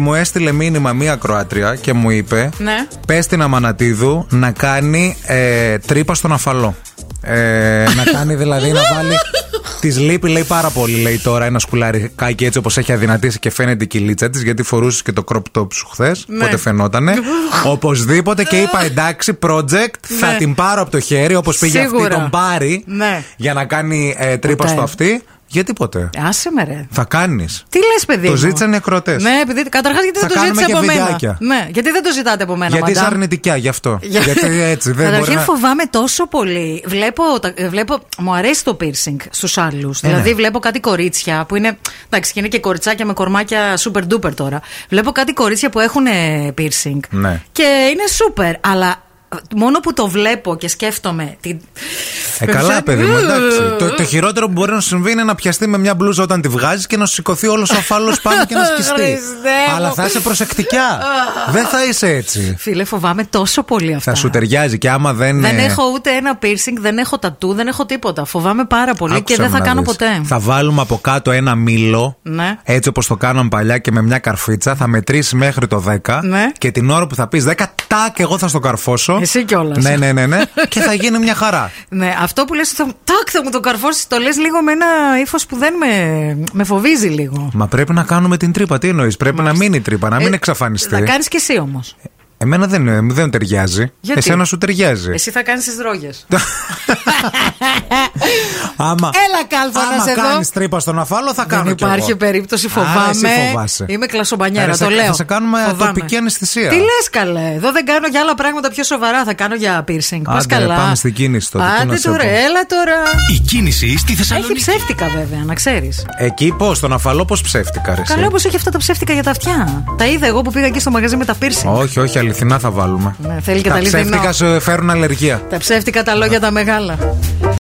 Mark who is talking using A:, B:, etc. A: μου έστειλε μήνυμα μία Κροάτρια και μου είπε:
B: Ναι.
A: Πες την Αμανατίδου να κάνει ε, τρύπα στον αφαλό. Ε, να κάνει δηλαδή να βάλει. Τη λείπει, λέει πάρα πολύ, λέει τώρα ένα σκουλαρικάκι έτσι όπως έχει αδυνατήσει και φαίνεται η κυλίτσα της, γιατί φορούσες και το crop top σου χθες.
B: Ναι.
A: Οπότε φαινότανε. Οπωσδήποτε και είπα εντάξει, project, θα
B: Ναι.
A: την πάρω από το χέρι όπως πήγε αυτή,
B: Σίγουρα.
A: τον πάρει
B: Ναι.
A: για να κάνει ε, τρύπα
B: Ποτέ. Ε.
A: στο αυτή. Γιατί ποτέ.
B: Άσε με ρε.
A: Θα κάνεις.
B: Τι λες, παιδί.
A: Το
B: μου?
A: ζήτησαν οι ακροατές.
B: Ναι, επειδή. Καταρχάς, γιατί
A: Θα
B: δεν το
A: κάνουμε
B: ζήτησε
A: και
B: από μένα.
A: βιντεάκια.
B: Ναι, γιατί δεν το ζητάτε από μένα,
A: Γιατί είσαι
B: μαντάμ?
A: αρνητικά, γι' αυτό.
B: Για-
A: Γιατί έτσι δεν μπορεί.
B: Καταρχήν
A: να-
B: φοβάμαι τόσο πολύ. Βλέπω, τα- ε, βλέπω, μου αρέσει το piercing στους άλλους.
A: Ε,
B: δηλαδή
A: ναι.
B: βλέπω κάτι κορίτσια που είναι. Εντάξει, και είναι και κοριτσάκια με κορμάκια super duper τώρα. Βλέπω κάτι κορίτσια που έχουν ε, piercing.
A: Ναι.
B: Και είναι super, αλλά ε, μόνο που το βλέπω και σκέφτομαι. Την...
A: Ε, καλά, παιδί μου, εντάξει. Το, το χειρότερο που μπορεί να συμβεί είναι να πιαστεί με μια μπλούζα όταν τη βγάζεις και να σου σηκωθεί όλος ο φάλος πάνω και να σκιστεί.
B: Χριστέ μου.
A: Αλλά θα είσαι προσεκτικά. δεν θα είσαι έτσι.
B: Φίλε, φοβάμαι τόσο πολύ αυτά.
A: Θα σου ταιριάζει και άμα δεν.
B: Δεν
A: ε,
B: έχω ούτε ένα piercing, δεν έχω τατού, δεν έχω τίποτα. Φοβάμαι πάρα πολύ
A: άκουσα
B: και δεν
A: με
B: θα
A: να
B: κάνω
A: δεις.
B: ποτέ.
A: Θα βάλουμε από κάτω ένα μήλο.
B: Ναι.
A: Έτσι όπως το κάναμε παλιά και με μια καρφίτσα. Θα μετρήσεις μέχρι το 10.
B: Ναι.
A: Και την ώρα που θα πεις 10, τάκ, εγώ θα στο καρφώσω.
B: Εσύ κιόλας.
A: Ναι, ναι, ναι, ναι. και θα γίνει μια χαρά.
B: Ναι, αυτό που λες, θα, μου- τάκ, θα μου το καρφώσεις, το λες λίγο με ένα ύφος που δεν με, με φοβίζει λίγο.
A: Μα πρέπει να κάνουμε την τρύπα. Τι εννοείς, πρέπει να μείνει η τρύπα, να μην
B: Ε,
A: εξαφανιστεί.
B: Θα κάνεις και εσύ όμως.
A: Εμένα δεν, ε, δεν ταιριάζει.
B: Γιατί? Ε,
A: Εσένα σου ταιριάζει.
B: Εσύ θα κάνεις τις δρόγες.
A: Άμα,
B: Έλα, Κάλφα, να
A: άμα
B: σε δω.
A: κάνεις τρύπα στον αφάλο θα κάνω
B: Δεν
A: κι εγώ.
B: υπάρχει περίπτωση,
A: Α, εσύ
B: φοβάμαι.
A: φοβάσαι.
B: Είμαι κλασομπανιέρα,
A: Άρα
B: το
A: θα-
B: λέω.
A: Θα σε κάνουμε
B: Φοβάμαι.
A: τοπική αναισθησία.
B: Τι λες καλέ, εδώ δεν κάνω για άλλα πράγματα πιο σοβαρά, θα κάνω για piercing. Πας
A: Άντε,
B: καλά.
A: πάμε στην κίνηση τότε, τι να
B: Άντε
A: σε
B: τώρα,
A: πω.
B: έλα τώρα.
C: Η κίνηση στη
B: Έχει
C: Θεσσαλονίκη.
B: ψεύτικα βέβαια, να ξέρεις.
A: Εκεί πώς, στον αφαλό πώς ψεύτηκα. Ρε, εσύ.
B: Καλό όπως έχει αυτά τα ψεύτικα για τα αυτιά. Τα είδα εγώ που πήγα εκεί στο μαγαζί με τα piercing.
A: Όχι, όχι, αληθινά θα βάλουμε.
B: Ναι, θέλει και τα
A: τα
B: αληθινά.
A: ψεύτικα σου φέρουν αλλεργία.
B: Τα ψεύτικα τα λόγια τα μεγάλα.